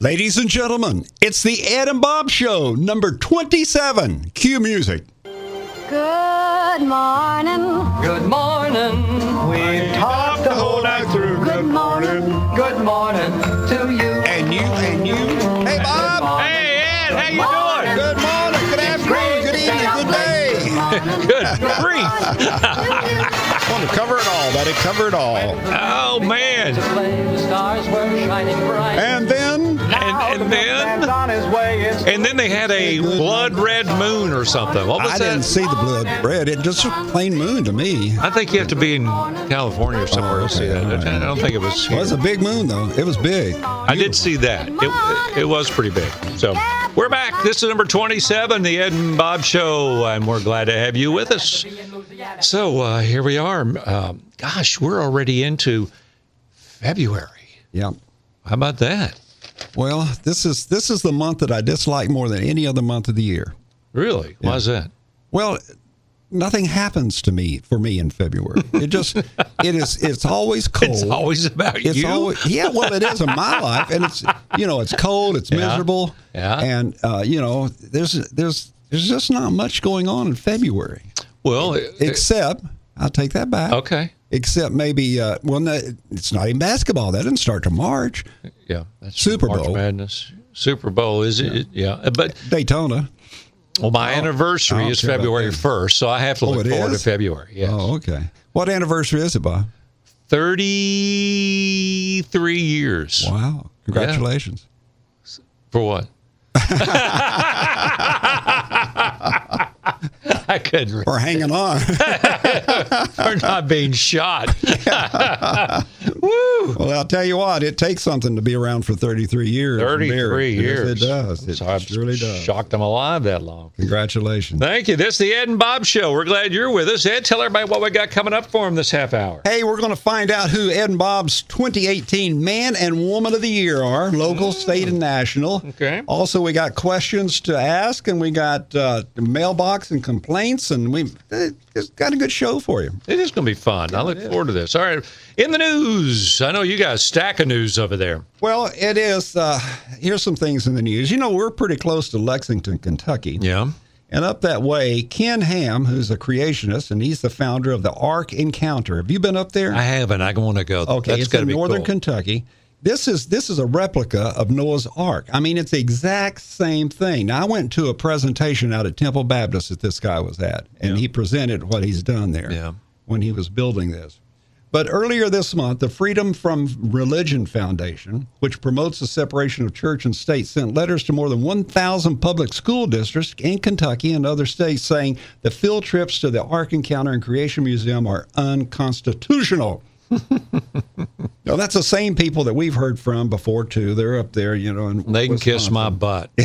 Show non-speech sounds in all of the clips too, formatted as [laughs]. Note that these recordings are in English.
Ladies and gentlemen, it's the Ed and Bob Show, number 27. Cue music. Good morning. Good morning. We talked the whole night through. Good morning. Good morning to you. And you, and you. Hey, Bob. Hey Ed, how you doing? Good morning, good afternoon, good evening, good day. Good grief! I want to cover it all, buddy. Cover it all. Oh [laughs] man! Flame, the stars were shining bright. And then, And, and then on his way. It's and then they had a blood red moon or something. What was I that? didn't see the blood red. It just looked plain moon to me. I think you have to be in California or somewhere to see that. I don't think it was. It Here. was a big moon, though. It was big. I did see that. It, it was pretty big. So we're back. This is number 27, the Ed and Bob Show, and we're glad to have you with us. So uh, here we are. Um, gosh, we're already into February. Yeah. How about that? Well, this is this is the month that I dislike more than any other month of the year. Really? Why is that? Well, nothing happens to me for me in February. It [laughs] just it is it's always cold. It's always about It's you. always yeah. Well, it is in [laughs] my life, and it's you know it's cold, it's miserable, Yeah. and uh, you know there's there's there's just not much going on in February well, it- except I'll take that back. Okay. Except maybe uh, well, no, it's not even basketball. That didn't start till March. Yeah, that's Super March Bowl. Madness. Super Bowl is yeah. it? Yeah, but Daytona. well, my I anniversary don't is care about February that. first, so I have to Oh, look it forward is? to February. Yes, Oh, okay. What anniversary is it, Bob? thirty-three years Wow! Congratulations. [laughs] for what? [laughs] I couldn't Or hanging on. for not being shot. Well, I'll tell you what, it takes something to be around for 33 years. in marriage. Thirty-three Yes, years. It does. It So I'm surely does. Shocked I'm alive that long. Congratulations. Thank you. This is the Ed and Bob Show. We're glad you're with us. Ed, tell everybody what we got coming up for them this half hour. Hey, we're going to find out who Ed and Bob's 2018 Man and Woman of the Year are, local, state, and national. Mm. Okay. Also, we got questions to ask, and we got uh, the mailbox and complaints, and we uh, it's got a good show for you. It is going to be fun. I look forward to this. All right. In the news, I know you got a stack of news over there. Well, it is. Uh, here's some things in the news. You know, we're pretty close to Lexington, Kentucky. Yeah. And up that way, Ken Ham, who's a creationist, and he's the founder of the Ark Encounter. Have you been up there? I haven't. I want to go. okay, That's it's gotta in be northern cool. Kentucky. This is this is a replica of Noah's Ark. I mean, it's the exact same thing. Now, I went to a presentation out at Temple Baptist that this guy was at, and he presented what he's done there Yeah. when he was building this. But earlier this month, the Freedom from Religion Foundation, which promotes the separation of church and state, sent letters to more than 1,000 public school districts in Kentucky and other states saying the field trips to the Ark Encounter and Creation Museum are unconstitutional. now, that's the same people that we've heard from before, too. They're up there, you know. And They can kiss my butt. [laughs]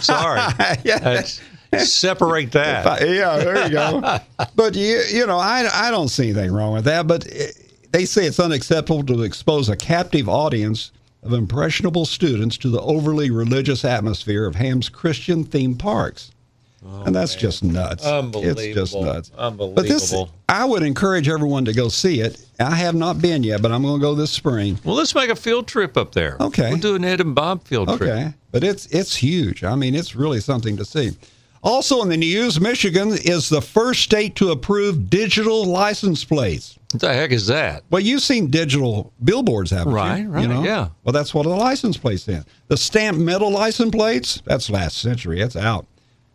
Sorry. That's- separate that. Uh, yeah, there you [laughs] go. but you, you know, I, I don't see anything wrong with that. But it, they say it's unacceptable to expose a captive audience of impressionable students to the overly religious atmosphere of Ham's Christian theme parks. and that's just nuts. It's just Oh, Unbelievable. nuts. But this, Unbelievable. I would encourage everyone to go see it. I have not been yet, but I'm going to go this spring. Well, let's make a field trip up there. Okay. We'll do an Ed and Bob field trip. Okay, but it's it's huge. I mean, it's really something to see. Also in the news, Michigan is the first state to approve digital license plates. What the heck is that? Well, you've seen digital billboards, haven't Right, you? right, You yeah. Well, that's what a license plate is. The stamped metal license plates, that's last century, that's out.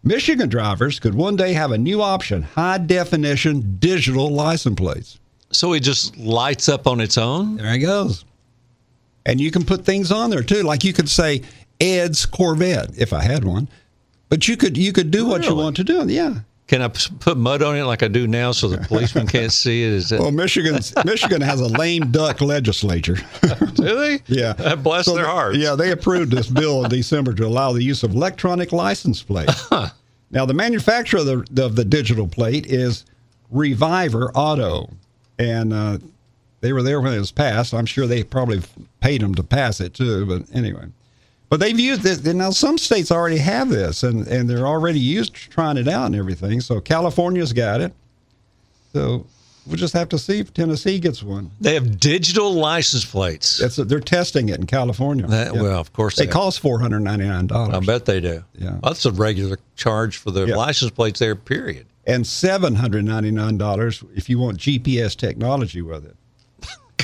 Michigan drivers could one day have a new option, high definition digital license plates. So it just lights up on its own? There it goes. And you can put things on there too, like you could say Ed's Corvette if I had one, but you could you could do what you Really? want to do. Yeah. Can I p- put mud on it like I do now so the policeman can't see it? Is it Well, Michigan's Michigan has a lame duck legislature. [laughs] do they? [laughs] Uh, yeah. Bless So their th- hearts. Yeah, they approved this bill in December to allow the use of electronic license [laughs] plates. Now, the manufacturer of the, of the digital plate is Reviver Auto, and uh, they were there when it was passed. I'm sure they probably paid them to pass it too, but anyway. But they've used it. and Now, some states already have this, and, and they're already used to trying it out and everything. So California's got it. So We'll just have to see if Tennessee gets one. They have digital license plates. That's they're testing it in California. That- Yeah. Well, of course they, it costs four hundred ninety nine I dollars bet they do. Yeah. that's a regular charge for the Yeah. license plates there. Period. and seven hundred ninety nine dollars if you want GPS technology with it.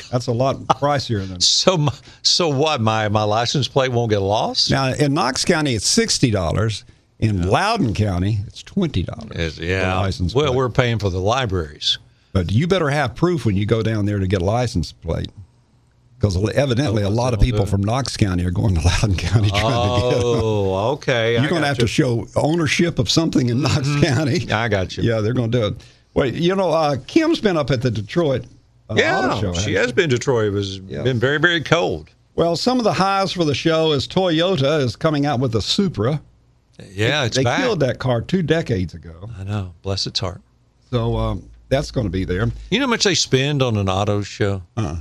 That's a [laughs] lot pricier than So, my, so what? My my license plate won't get lost. now in Knox County. It's sixty dollars. In Loudon County, it's twenty Is- dollars. yeah. well, we're paying for [laughs] the libraries. But you better have proof when you go down there to get a license plate. Because evidently, Oh, a lot of people from Knox County are going to Loudon County trying to get. Oh, okay. I You're going to got have you. to show ownership of something in Knox County. I got you. Yeah, they're going to do it. Wait, you know, uh, Kim's been up at the Detroit uh, Auto Show. Yeah, hasn't she has been to Detroit. It was Yeah. been very very cold. Well, some of the highs for the show is Toyota is coming out with a Supra. Yeah, it's they back. killed that car two decades ago, I know. Bless its heart. so um, that's going to be there. You know how much they spend on an auto show? Uh-uh.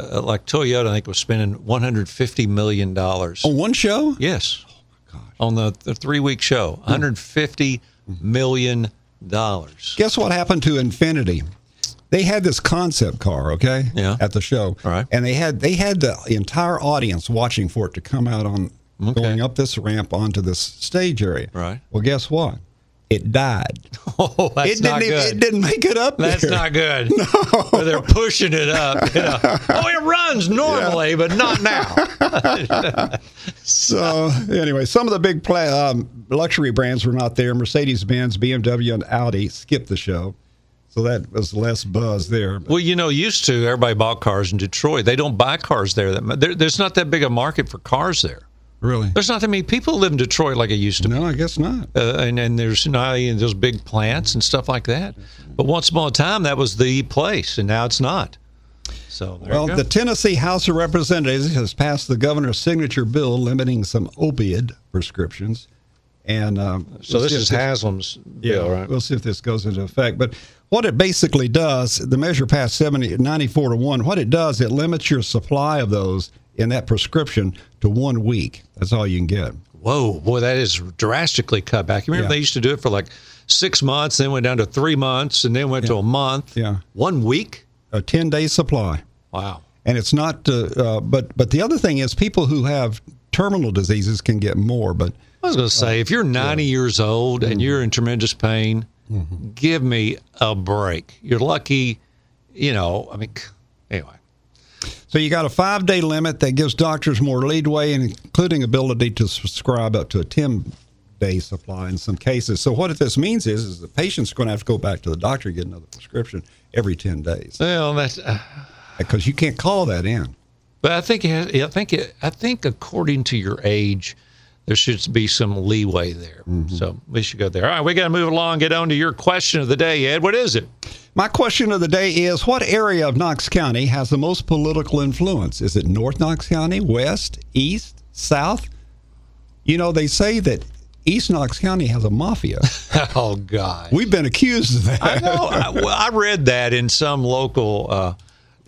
uh like Toyota, I think was spending 150 million dollars. On one show, Yes. Oh, On the, the three week show, Hmm. 150 Mm-hmm. million dollars. guess what happened to Infinity? They had this concept car, okay? Yeah. At the show, All right. And they had they had the entire audience watching for it to come out on Okay. going up this ramp onto this stage area. Right. Well, guess what? It died. Oh, [laughs] that's it didn't. not even- good. It didn't make it up [laughs] that's there. not good. No. they're pushing it [laughs] up. you know. Oh, it runs normally, but not now. So anyway, some of the big play, um, luxury brands were not there. Mercedes Benz, BMW, and Audi skipped the show, so that was less buzz there. But Well, you know, used to everybody bought cars in Detroit. They don't buy cars there. That mu- there there's not that big a market for cars there. really, There's not that many people live in Detroit like it used to. no, I guess not. uh, and and there's not any of those big plants and stuff like that. But once upon a time, that was the place, and now it's not. So there Well, you go. the Tennessee House of Representatives has passed the governor's signature bill limiting some opioid prescriptions, and um, so we'll this see is if Haslam's Yeah, bill, right? We'll see if this goes into effect. But what it basically does, the measure passed 70, 94 to 1, what it does, it limits your supply of those in that prescription to one week. That's all you can get. Whoa, boy, that is drastically cut back. You remember Yeah. they used to do it for like six months, then went down to three months, and then went to a month. Yeah. one week. A 10 day supply. Wow. And it's not, uh, uh, but, but the other thing is people who have terminal diseases can get more, but I was going to say, if you're 90 years old Mm-hmm. and you're in tremendous pain, give me a break. You're lucky, you know. I mean, anyway. So you got a five day limit that gives doctors more leadway, including ability to prescribe up to a 10 day supply in some cases. So what this means is, is the patient's going to have to go back to the doctor and get another prescription every 10 days Well, that's. uh, because you can't call that in. But I think it has, I think it, I think according to your age, there should be some leeway there. Mm-hmm. So we should go there. All right, we got to move along. Get on to your question of the day, Ed. [laughs] What is it? My question of the day is what area of Knox County has the most political influence? Is it North Knox County, West, East, South? You know, they say that East Knox County has a [laughs] mafia. Oh God. We've been accused of that. I know. I, well, I read that in some local uh,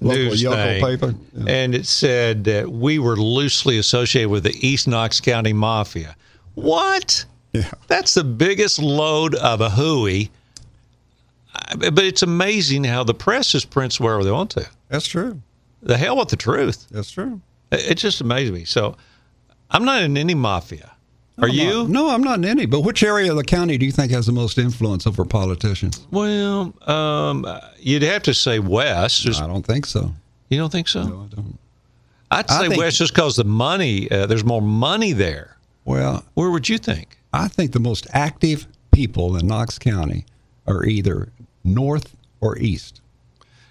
Local news yokel thing, paper? Yeah. and it said that we were loosely associated with the East Knox County Mafia. What? Yeah. That's the biggest load of a hooey. I- But it's amazing how the press just prints wherever they want to. That's true. The hell with the truth. That's true. It it just amazed me. So I'm not in any mafia. Are I'm you? not- Uh, no, I'm not in any. But which area of the county do you think has the most influence over politicians? Well, um, you'd have to say West. Just, I don't think so. you don't think so? No, I don't. I'd I say think- West just because the money, uh, there's more money there. Well, Where would you think? I think the most active people in Knox County are either north or east.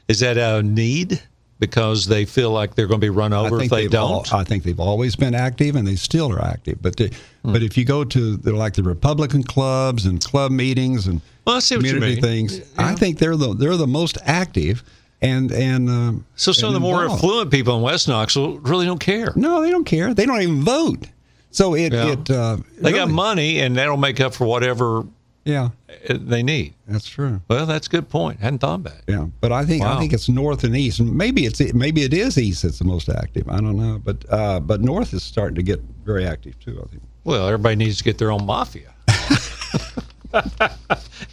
Is that a need because they feel like they're going to be run over if they they've al- don't? I think they've always been active, and they still are active. But they, Hmm. but if you go to the, like the Republican clubs and club meetings and Well, I see what you community mean. things, I think they're the they're the most active. And and um, so some of and the more involved. affluent people in West Knoxville really don't care. No, they don't care. They don't even vote. So it Yeah. it uh, They got really- money and that'll make up for whatever Yeah, uh, they need. that's true. Well, that's a good point. Hadn't thought about it. Yeah, but I think Wow. I think it's north and east, and maybe it's maybe it is east that's the most active. I don't know, but uh, but north is starting to get very active too. I think. Well, everybody [laughs] needs to get their own mafia.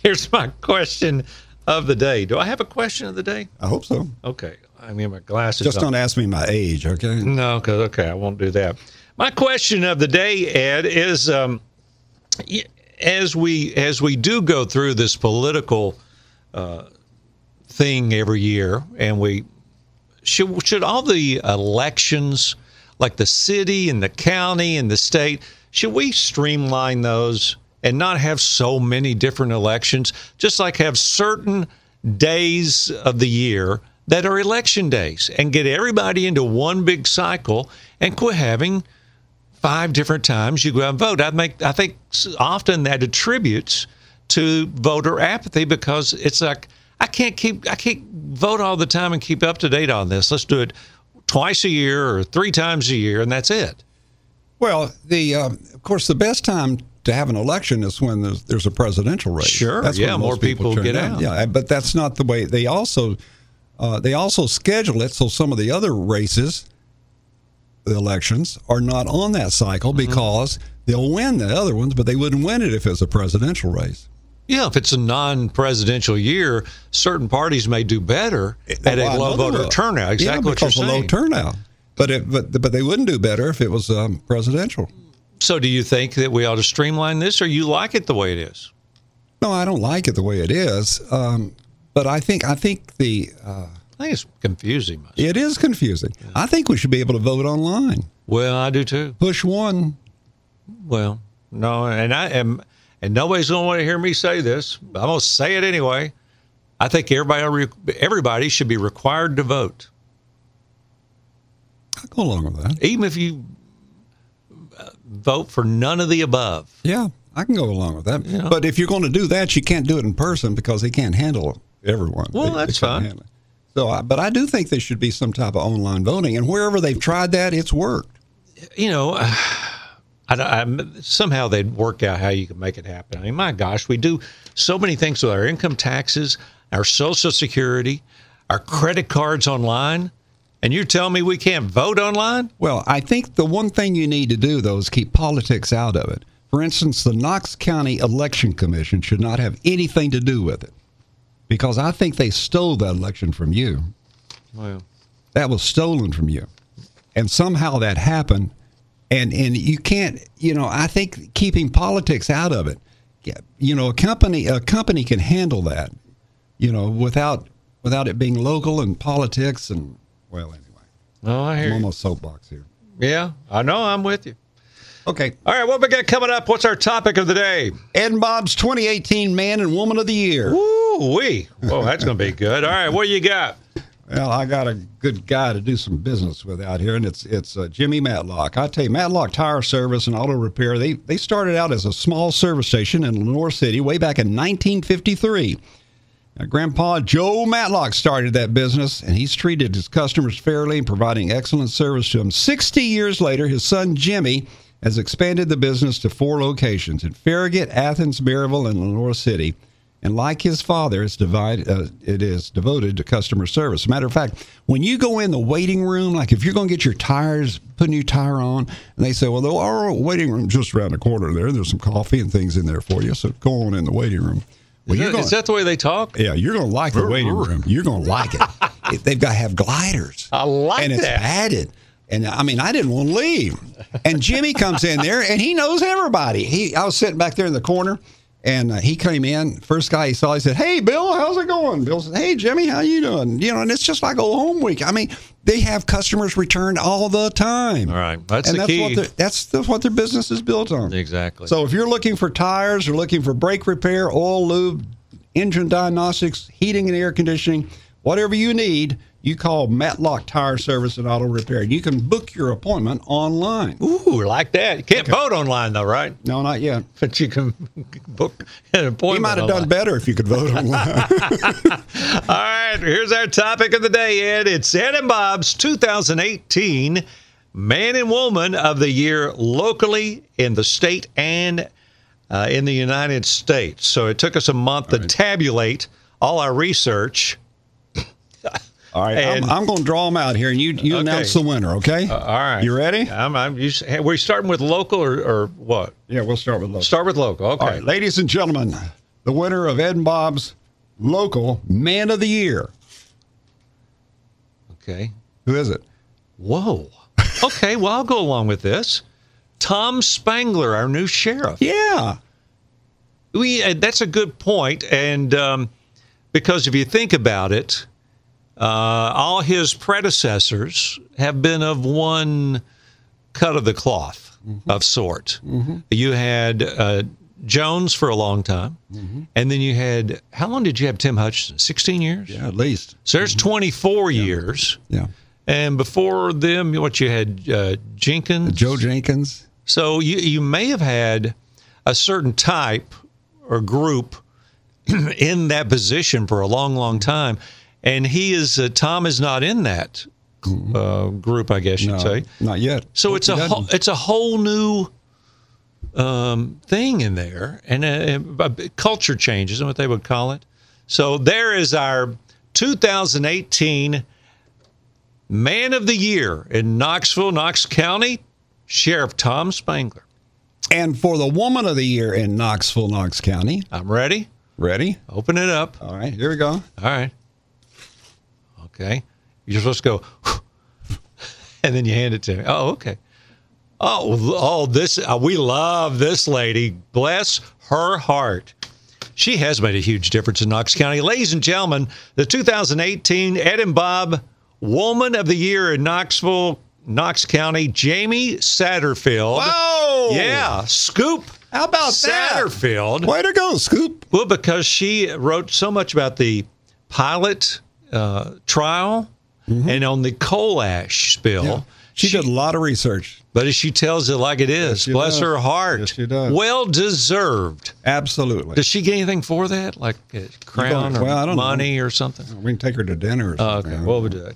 Here's my question of the day. Do I have a question of the day? I hope so. Okay. I mean, my glasses. Just on. don't ask me my age, okay? No, because okay, I won't do that. My question of the day, Ed, is um, y- as we as we do go through this political uh, thing every year, and we should should all the elections, like the city and the county and the state, should we streamline those and not have so many different elections? Just like have certain days of the year that are election days and get everybody into one big cycle and quit having five different times you go out and vote. I make I think s- often that attributes to voter apathy because it's like I can't keep I can't vote all the time and keep up to date on this. Let's do it twice a year or three times a year and that's it. Well, the um, of course the best time to have an election is when there's, there's a presidential race. Sure, that's yeah, when most more people turn get down. out. Yeah, but that's not the way. They also uh, they also schedule it so some of the other races, the elections, are not on that cycle Mm-hmm. because they'll win the other ones, but they wouldn't win it if it's a presidential race. Yeah, if it's a non-presidential year, certain parties may do better at a Why low another voter vote? turnout. Exactly yeah, what you're because saying. of low turnout. But it, but but they wouldn't do better if it was um, presidential. so, do you think that we ought to streamline this, or you like it the way it is? No, I don't like it the way it is. Um, but I think I think the uh, I think it's confusing. myself. it is confusing. I think we should be able to vote online. Well, I do too. Push one. Well, no, and I am, and nobody's going to want to hear me say this. But I'm going to say it anyway. I think everybody everybody should be required to vote, I'll go along with that. even if you uh, vote for none of the above. Yeah, I can go along with that. Yeah. But if you're going to do that, you can't do it in person because they can't handle everyone. Well, They- that's they can't fine. handle it. So, I, but I do think there should be some type of online voting, and wherever they've tried that, it's worked. You know, [sighs] I, don't- I'm, somehow they'd work out how you could make it happen. I mean, my gosh, we do so many things with our income taxes, our Social Security, our credit cards online, and you're telling me we can't vote online? Well, I think the one thing you need to do, though, is keep politics out of it. For instance, the Knox County Election Commission should not have anything to do with it because I think they stole that election from you. Well. That was stolen from you. And somehow that happened. And, and you can't, you know, I think keeping politics out of it, yeah, you know, a company, a company can handle that, you know, without, without it being local and politics and, well, anyway, Oh, I hear. I'm you. almost soapbox here. Yeah, I know. I'm with you. Okay. All right, what we got coming up? What's our topic of the day? Ed and Bob's 2018 Man and Woman of the Year. Ooh wee! Oh, that's gonna be good. All right, what you got? Well, I got a good guy to do some business with out here, and it's it's uh, Jimmy Matlock. I tell you, Matlock Tire Service and Auto Repair they they started out as a small service station in Lenore City way back in 1953. Now, Grandpa Joe Matlock started that business, and he's treated his customers fairly and providing excellent service to them. 60 years later, his son Jimmy has expanded the business to four locations in Farragut, Athens, Maryville, and Lenore City. And like his father, it's divide, uh, it is devoted to customer service. Matter of fact, when you go in the waiting room, like if you're going to get your tires, put a new tire on, and they say, well, the our waiting room just around the corner there, there's some coffee and things in there for you, so go on in the waiting room. Well, Is you're that, gonna- is that the way they talk? yeah, you're gonna like the waiting room. You're gonna like [laughs] it. It- They've got to have gliders. I like and it's that. padded. And I mean, I didn't want to leave. And Jimmy comes in there, and he knows everybody. He, I was sitting back there in the corner, and uh, he came in. First guy he saw, he said, "Hey, Bill, how's it going?" Bill said, "Hey, Jimmy, how you doing?" You know, and it's just like old home week. I mean, they have customers return all the time. All right, that's and the that's key. What their- that's the, what their business is built on. Exactly. So if you're looking for tires or looking for brake repair, oil, lube, engine diagnostics, heating and air conditioning, whatever you need, you call Matlock Tire Service and Auto Repair. You can book your appointment online. Ooh, like that. You can't vote online though, right? No, not yet. But you can book an You appointment. might have done online. better if you could vote online. [laughs] All right, here's our topic of the day, Ed. It's Ed and Bob's 2018 Man and Woman of the Year locally in the state and uh, in the United States. So it took us a month to tabulate all our research. All right, I'm- And- I'm, going to draw them out here, and you you Okay. Uh, announce the winner. Okay. All right, You ready? I'm. I'm you, s- hey, we're starting with local or, or what? Yeah, we'll start with local. Start with local. Okay. All right, ladies and gentlemen, the winner of Ed and Bob's local man of the year. Okay. Who is it? Whoa. Okay, well, I'll go along with this. Tom Spangler, our new sheriff. Yeah. We, uh, that's a good point, and um, because if you think about it, uh, all his predecessors have been of one cut of the cloth Mm-hmm. of sort. You had uh, Jones for a long time, Mm-hmm. and then you had how long did you have Tim Hutchinson? Sixteen years. Yeah, at least. So there's 24 years, Yeah. and before them, what you had uh, Jenkins, Joe Jenkins. so you, you may have had a certain type or group [clears throat] in that position for a long, long time, and he is uh, Tom is not in that uh, group, I guess you'd No, say. not yet. So Hope it's he a whole, doesn't. it's a whole new um, thing in there, and uh, uh, culture change isn't what they would call it. So there is our 2018 Man of the Year in Knoxville, Knox County, Sheriff Tom Spangler. And for the woman of the year in Knoxville, Knox County. I'm ready. Ready? Open it up. All right, here we go. All right. Okay. You're supposed to go, [laughs] and then you hand it to me. Oh, okay. Oh, well, oh, this uh, we love this lady. Bless her heart. She has made a huge difference in Knox County. Ladies and gentlemen, the 2018 Ed and Bob Woman of the Year in Knoxville, Knox County, Jamie Satterfield. Oh, Yeah, Scoop How about that? Satterfield. Way to go, Scoop. Well, because she wrote so much about the pilot uh, trial and on the coal ash spill. Mm-hmm. She, did a lot of research. But as she tells it like it is, she bless does. her heart. Yes, she does. Well deserved. Absolutely. Does she get anything for that? Like a crown or Well, I don't know. money or something? we can take her to dinner or Uh, something. okay. Well, we'll do that.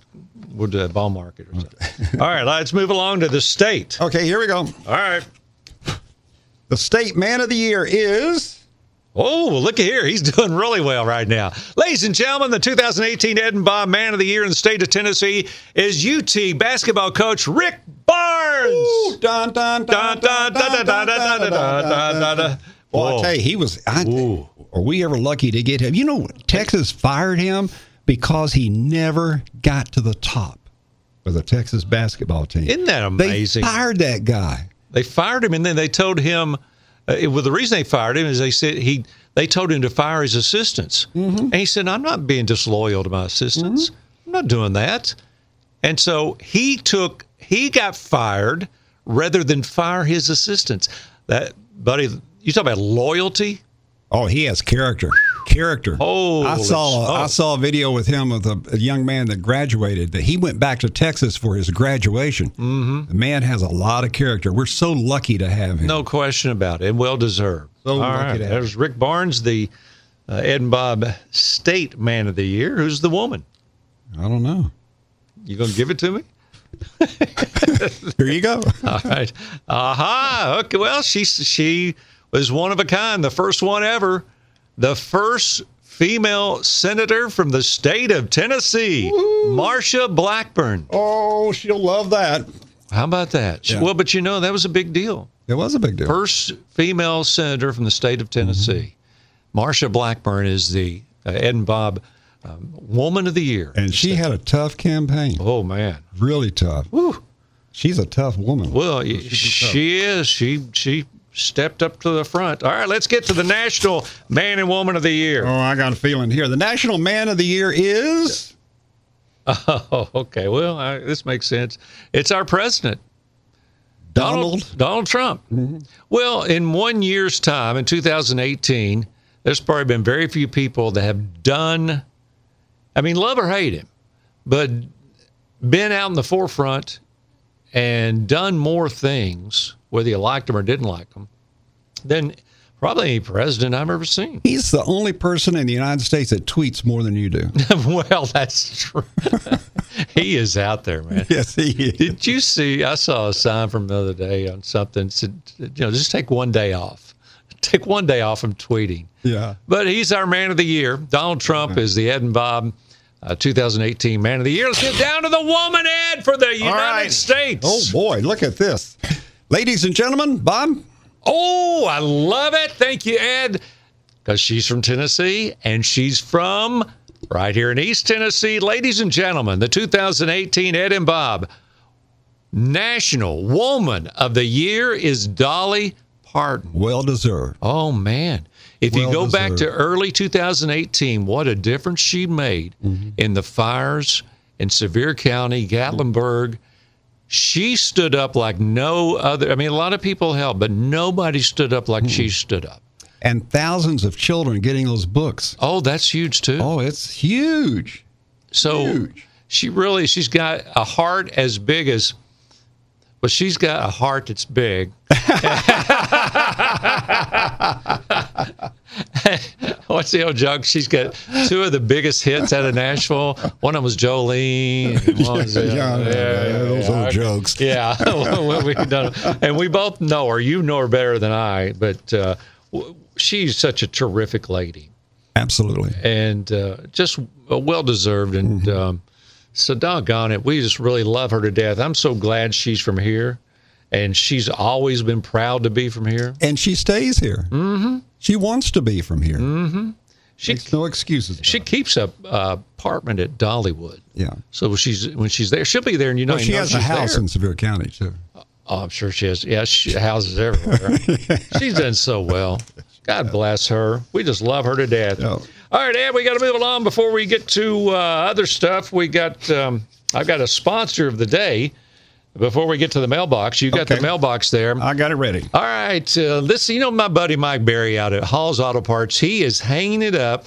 We'll do that ball market or something. All right, let's move along to [laughs] the state. All okay, here we go. right. The state man of the year is. Oh, well, look here. He's [laughs] doing really well right now. Ladies and gentlemen, the 2018 Ed and Bob Man of the Year in the state of Tennessee is UT basketball coach Rick Barnes. Dun, dun, Da, da, da, da, da, da, da, da, da, da. Well, Whoa. I tell you, he was. I, Ooh. are we ever lucky to get him? You know, Texas fired him because he never got to the top with the Texas basketball team. Isn't that amazing? They fired that guy. They fired him, and then they told him. Uh, it- well, the reason they fired him is they said he. They told him to fire his assistants, Mm-hmm. and he said, "I'm not being disloyal to my assistants. I'm not doing that." And so he took. He got fired rather than fire his assistants. That buddy, you talk about loyalty. Oh, he has character. Character. Holy I saw a, I smoke. saw a video with him of a, a young man that graduated. That he went back to Texas for his graduation. Mm-hmm. The man has a lot of character. We're so lucky to have him. No question about it, and well deserved. So All lucky right, to have there's Rick Barnes, the uh, Ed and Bob State Man of the Year. Who's the woman? I don't know. You gonna give it to me? Here you [laughs] go. All right. Aha. Okay. Well, she she was one of a kind, the first one ever, the first female senator from the state of Tennessee, Marsha Blackburn. oh, she'll love that. How about that? She- Yeah. Well, but you know that was a big deal. It was a big deal. First female senator from the state of Tennessee, Mm-hmm. Marsha Blackburn is the uh, Ed and Bob um, Woman of the Year. and she had a tough campaign. oh man. Really tough. Woo. She's a tough woman. Well, she is. She she stepped up to the front. All right, let's get to the national man and woman of the year. Oh, I got a feeling here. The National Man of the Year is. [laughs] Oh, okay. Well, I, this makes sense. It's our president, Donald. Donald Trump. Well, in one year's time, in 2018, there's probably been very few people that have done. I mean, love or hate him, but been out in the forefront and done more things, whether you liked him or didn't like him, than probably any president I've ever seen. [laughs] He's the only person in the United States that tweets more than you do. well, that's true. [laughs] he is out there, man. [laughs] yes, he is. Did you see? I saw a sign from the other day on something said, you know, just take one day off. [laughs] Take one day off from tweeting. Yeah. But he's our man of the year. Donald Trump is the Ed and Bob uh, 2018 man of the year. Let's get down to the woman, Ed, for the United right. States. Oh boy, look at this. Ladies and gentlemen, Bob, Oh, I love it. Thank you, Ed. because she's from Tennessee and she's from right here in East Tennessee. Ladies and gentlemen, the 2018 Ed and Bob National Woman of the Year is Dolly Parton. Well deserved. Oh, man. If you go Well back to deserved. early 2018, what a difference she made Mm-hmm. in the fires in Sevier County, Gatlinburg. She stood up like no other. I mean, a lot of people helped, but nobody stood up like she stood up. And thousands of children getting those books. Oh, that's huge too. Oh, it's huge. so huge. she really she's got a heart as big as well, she's got a heart that's big. [laughs] What's the old joke? She's got two of the biggest hits out of Nashville. One of them was Jolene. and one was the other- those yeah, old okay. jokes. Yeah, [laughs] well, we done, and we both know her. You know her better than I, but uh, w- she's such a terrific lady Absolutely. and uh, just well deserved. And Mm-hmm. um, so, doggone it, we just really love her to death. I'm so glad she's from here, and she's always been proud to be from here. And she stays here. Mm-hmm. She wants to be from here. Mm-hmm. She Makes no excuses. she about keeps a uh, apartment at Dollywood. it. yeah. So when she's when she's there, she'll be there, and you know Well, you she know has a she's house there. in Sevier County too. Oh, I'm sure she has. Yeah, she [laughs] houses everywhere. She's done so well. God bless her. We just love her to death. Yeah. All right, Ed, we got to move along before we get to uh, other stuff. We got, um, I've got a sponsor of the day before we get to the mailbox. You got the Okay. mailbox there. I got it ready. All right, uh, this you know my buddy Mike Berry out at Hall's Auto Parts. He is hanging it up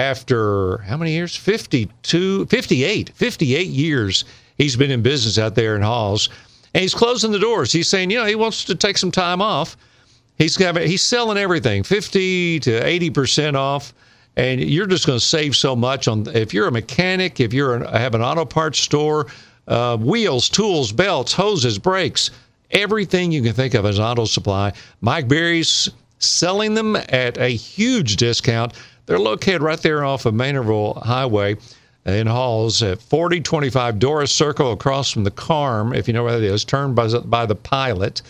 after how many years? 52, 58, 58 years he's been in business out there in Hall's, and he's closing the doors. He's saying, you know, he wants to take some time off. He's got he's selling everything, 50 to 80 percent off. And you're just going to save so much on if you're a mechanic, if you're an, have an auto parts store, uh, wheels, tools, belts, hoses, brakes, everything you can think of as auto supply. Mike Berry's selling them at a huge discount. They're located right there off of Maynardville Highway in Halls at 4025 Doris Circle across from the Carm, if you know where that is, turned by, the- by the pilot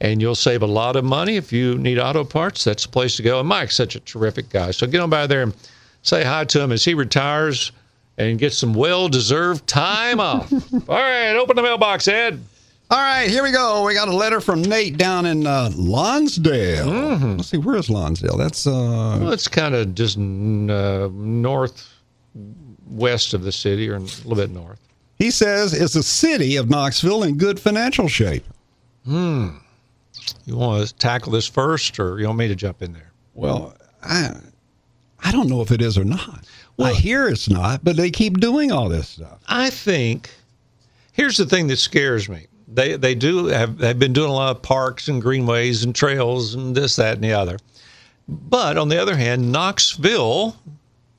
and you'll save a lot of money if you need auto parts. That's the place to go. And Mike's such a terrific guy, so get on by there and say hi to him as he retires and get some well-deserved time off. All right, open the mailbox, Ed. All right, here we go. We got a letter from Nate down in uh, Lonsdale. Mm-hmm. Let's see, where is Lonsdale? That's uh, Well, it's kind of just n- uh, north west of the city, or a little bit north. he says it's a city of Knoxville in good financial shape. You want to tackle this first, or you want me to jump in there? Well, I I don't know if it is or not. I Well- hear it's not, but they keep doing all this stuff. I think here's the thing that scares me. They they do have they've been doing a lot of parks and greenways and trails and this that and the other. But on the other hand, Knoxville,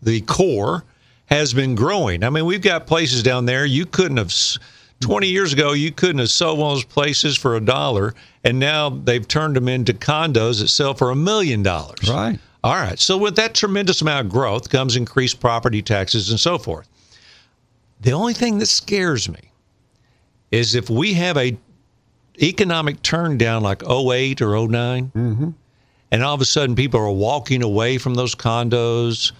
the core, has been growing. I mean, we've got places down there you couldn't have. s- 20 years ago, you couldn't have sold one of those places for a dollar, and now they've turned them into condos that sell for a million dollars. Right. All right. So, with that tremendous amount of growth comes increased property taxes and so forth. The only thing that scares me is if we have a economic turn down like 08 or 9 Mm-hmm. and all of a sudden people are walking away from those condos,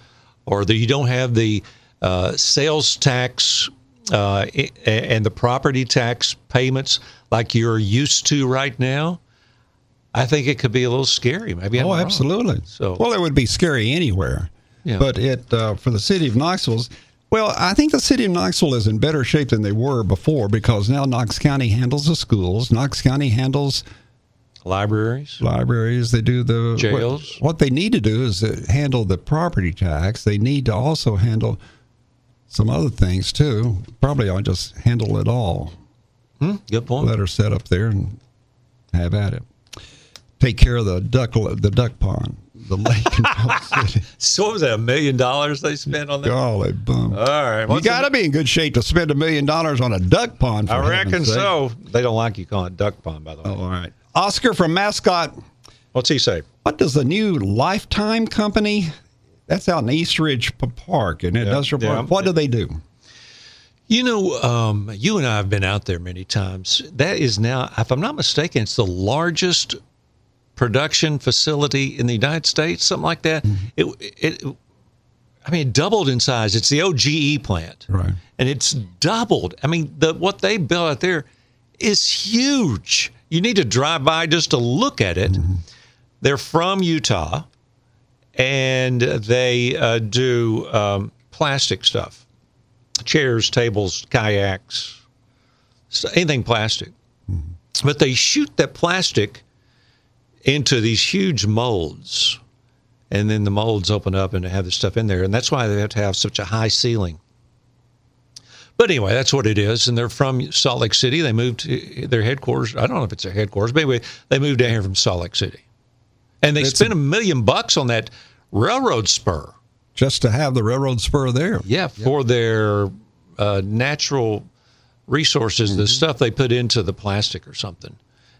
or that you don't have the uh, sales tax uh, i- and the property tax payments like you're used to right now, I think it could be a little scary. Maybe I'm Oh, wrong. absolutely. So- well, it would be scary anywhere. Yeah. But it uh, for the city of Knoxville's. Well, I think the city of Knoxville is in better shape than they were before because now Knox County handles the schools. Knox County handles Libraries. libraries. They do the what- Jails. What, they need to do is uh, handle the property tax. They need to also handle some other things too. Probably I'll just handle it all. Mm-hmm. Good point. Let her set up there and have at it. Take care of the duck the duck pond, the lake in Pell [laughs] City. So what was that? A million dollars they spent on that? Golly bum. All right. you What's got to be in good shape to spend a million dollars on a duck pond. for I heaven's reckon sake. so. They don't like you calling it duck pond, by the way. Oh, all right. Oscar from Mascot. What's he say? What does the new Lifetime Company? That's out in East Ridge P- Park, in Industrial yeah. Park. What do they do? You know, um, you and I have been out there many times. That is now, if I'm not mistaken, it's the largest production facility in the United States, something like that. It, it, I mean, it doubled in size. It's the OGE plant, Right. And it's doubled. I mean, the what they built out there is huge. You need to drive by just to look at it. They're from Utah, and they uh, do um, plastic stuff: chairs, tables, kayaks, so anything plastic. Mm-hmm. But they shoot that plastic into these huge molds, and then the molds open up and have the stuff in there, and that's why they have to have such a high ceiling. But anyway, that's what it is, and they're from Salt Lake City. They moved to their headquarters. I don't know if it's their headquarters, but anyway, they moved down here from Salt Lake City, and they That's a- spent a million bucks on that railroad spur. Just to have the railroad spur there. Yeah, for their uh, natural resources, Mm-hmm. the stuff they put into the plastic or something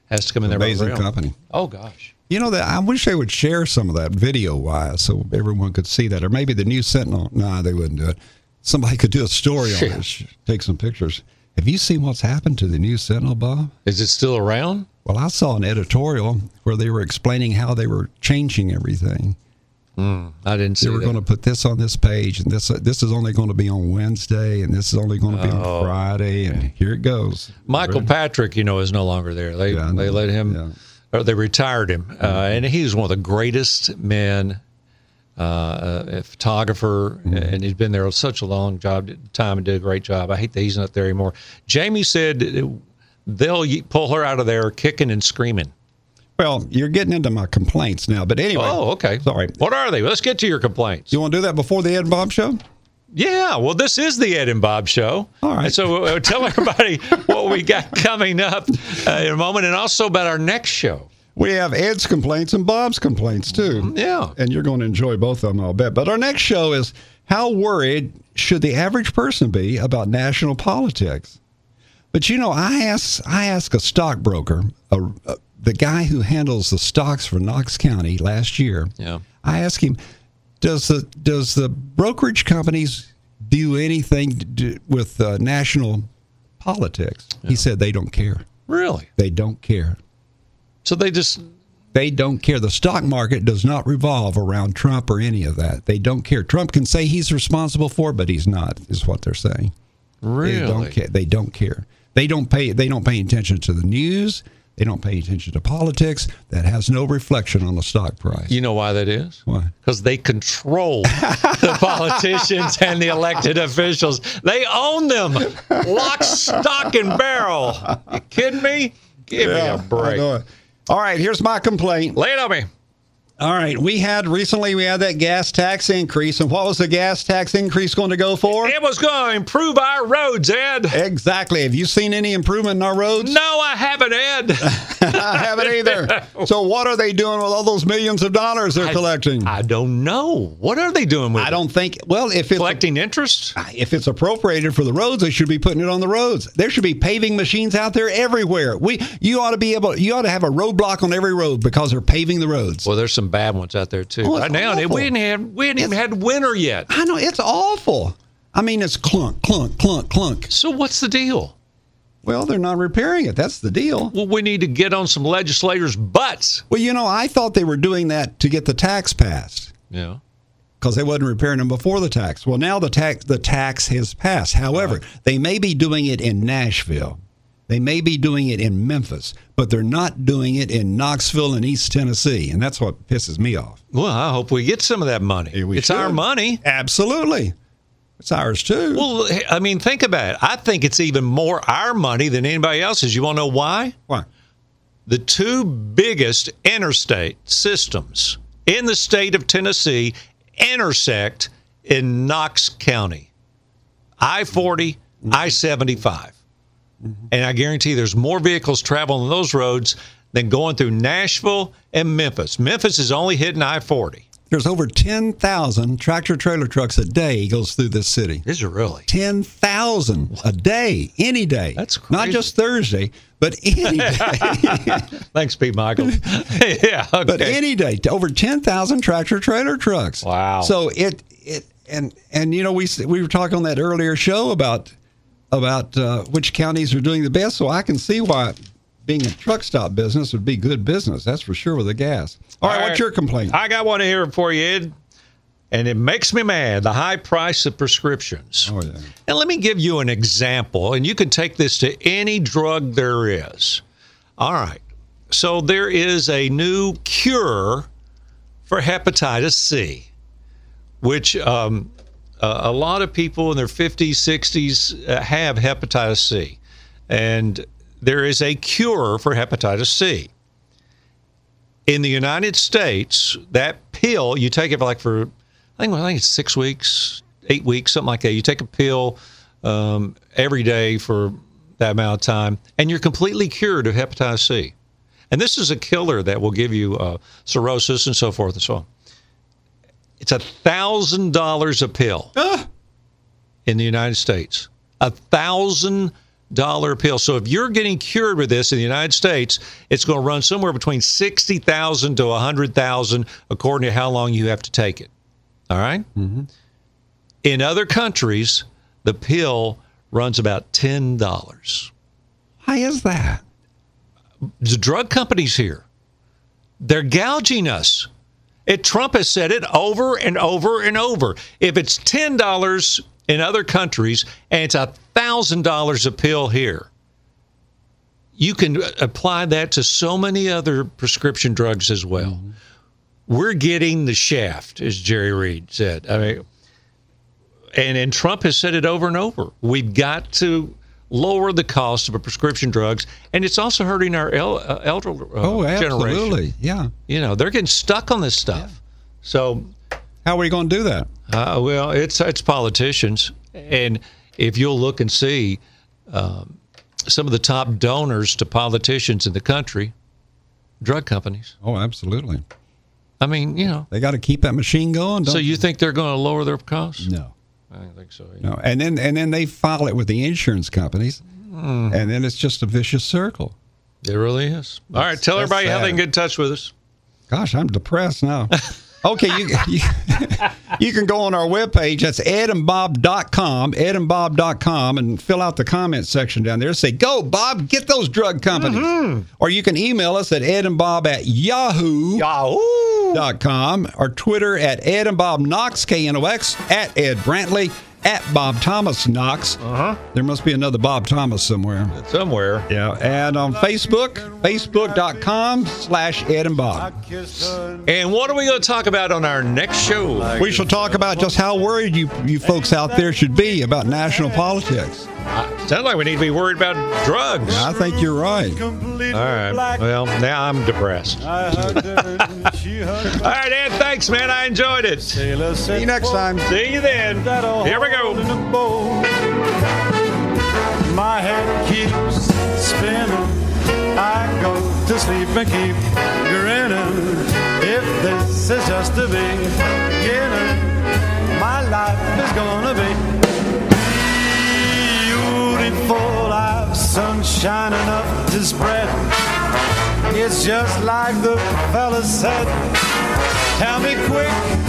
has to come in there. by Amazing rail. company. Oh gosh. You know that I wish they would share some of that video wise so everyone could see that, or maybe the new Sentinel. Nah, they wouldn't do it. Somebody could do a story on Sure. this, take some pictures. Have you seen what's happened to the new Sentinel, Bob? Is it still around? Well, I saw an editorial where they were explaining how they were changing everything. I didn't see They were that. going to put this on this page, and this this is only going to be on Wednesday, and this is only going to be on Oh, Friday, and here it goes. Michael Patrick, you know, is no longer there. They Yeah, I they know. let him, Yeah. Mm-hmm. or they retired him, uh, and he was one of the greatest men, uh, a photographer, Mm-hmm. and he's been there such a long job time and did a great job. I hate that he's not there anymore. Jamie said they'll y- pull her out of there kicking and screaming. Well, you're getting into my complaints now, but anyway. Oh, okay. Sorry. What are they? Let's get to your complaints. You want to do that before the Ed Bob show? Yeah, well, this is the Ed and Bob Show. All right. And so uh, [laughs] tell everybody what we got coming up uh, in a moment and also about our next show. We have Ed's complaints and Bob's complaints too. Mm-hmm. Yeah. And you're going to enjoy both of them, I'll bet. But our next show is how worried should the average person be about national politics? But you know, I ask I asked a stockbroker, a, a, the guy who handles the stocks for Knox County last year. Yeah. I asked him, does the does the brokerage companies do anything to do with uh, national politics? He said they don't care. Really? They don't care. So they just They don't care. The stock market does not revolve around Trump or any of that. They don't care. Trump can say he's responsible for, it, but he's not, is what they're saying. really They don't care. They don't care. They don't pay. They don't pay attention to the news. They don't pay attention to politics. That has no reflection on the stock price. You know why that is? Why? Because they [laughs] control the politicians and the elected officials. They own them, lock, stock, and barrel. You kidding me? Give me a I know break. it. All right. Here's my complaint. Lay it on me. All right. We had recently we had that gas tax increase, and what was the gas tax increase going to go for? It was going to improve our roads, Ed. Exactly. Have you seen any improvement in our roads? No, I [laughs] haven't, Ed. I haven't either. So what are they doing with all those millions of dollars they're collecting? I, I don't know. What are they doing with it? don't think. Well, if it's collecting interest? if it's appropriated for the roads, they should be putting it on the roads. There should be paving machines out there everywhere. We you ought to be able you ought to have a roadblock on every road because they're paving the roads. Well, there's some bad ones out there too. Oh, it's right now, awful. we didn't have we didn't even had winter yet. I know it's awful. I mean, it's clunk, clunk, clunk, clunk. So what's the deal? Well, they're not repairing it. That's the deal. Well, we need to get on some legislators' butts. Well, you know, I thought they were doing that to get the tax passed. Yeah. because they wasn't repairing them before the tax. Well, now the tax the tax has passed. However, they may be doing it in Nashville. They may be doing it in Memphis, but they're not doing it in Knoxville and East Tennessee, and that's what pisses me off. Well, I hope we get some of that money. Yeah, we it's our should. money. Absolutely, it's ours too. Well, I mean, think about it. I think it's even more our money than anybody else's. You want to know why? Why? The two biggest interstate systems in the state of Tennessee intersect in Knox County I 40, I 75. And I guarantee there's more vehicles traveling those roads than going through Nashville and Memphis. Memphis is only hitting I 40. There's over ten thousand tractor trailer trucks a day goes through this city. Is it really? Ten thousand a day, any day. That's not crazy. just Thursday, but [laughs] any day. [laughs] Thanks, Pete Michael. [laughs] yeah. Okay. But any day, t- over ten thousand tractor trailer trucks. Wow. So it it and and you know we s- we were talking on that earlier show about about uh, which counties are doing the best. So I can see why being a truck stop business would be good business. That's for sure with the gas. All right, All right. what's your complaint? I got one here for you, Ed, and it makes me mad the high price of prescriptions. Oh, yeah. And let me give you an example, and you can take this to any drug there is. All right. So there is a new cure for hepatitis C, which um, uh, a lot of people in their 50s, 60s uh, have hepatitis C. And there is a cure for hepatitis C in the United States, that pill you take it like for I think I think it's six weeks, eight weeks, something like that. You take a pill um, every day for that amount of time, and you're completely cured of hepatitis C. And this is a killer that will give you uh, cirrhosis and so forth and so on. It's a thousand dollars a pill in the United States. A thousand dollar pill. So if you're getting cured with this in the United States, it's going to run somewhere between sixty thousand to a hundred thousand, according to how long you have to take it. All right? In other countries, the pill runs about ten dollars. Why is that? The drug companies here, they're gouging us. It Trump has said it over and over and over. If it's ten dollars in other countries and it's a thousand dollars a pill here, you can apply that to so many other prescription drugs as well. Mm-hmm. We're getting the shaft, as Jerry Reed said. I mean, and and Trump has said it over and over. We've got to lower the cost of prescription drugs, and it's also hurting our el- uh, elder uh, Oh, generation absolutely. Yeah. you know they're getting stuck on this stuff so How are we going to do that? uh, well it's it's politicians and if you'll look and see um, some of the top donors to politicians in the country drug companies Oh, absolutely. i mean you know They got to keep that machine going. Don't so you think they're going to lower their costs no, i don't think so no, and then and then they file it with the insurance companies, Hmm. and then it's just a vicious circle. it really is all right tell that's everybody how they sad. can get in touch with us Gosh, I'm depressed now. [laughs] Okay, you, you, [laughs] you can go on our webpage. That's edandbob.com, edandbob.com, and fill out the comment section down there. Say, go, Bob, get those drug companies. Or you can email us at edandbob at yahoo Yahoo! dot com or Twitter at Ed and Bob Knox, K N O X, at Ed Brantley, at Bob Thomas Knox. Uh-huh. There must be another Bob Thomas somewhere. somewhere Yeah. And on Facebook, facebook.com slash Ed and Bob. and what are we going to talk about on our next show We shall talk about just how worried you, you folks out there should be about national politics. sounds like we need to be worried about drugs I think you're right. all right well now i'm depressed All right, Ed, thanks, man. I enjoyed it. See See you next time. you then. Here we go. My head keeps spinning. I go to sleep and keep grinning. If this is just the beginning, my life is gonna be beautiful. I've sunshine enough to spread. It's just like the fella said. Tell me quick.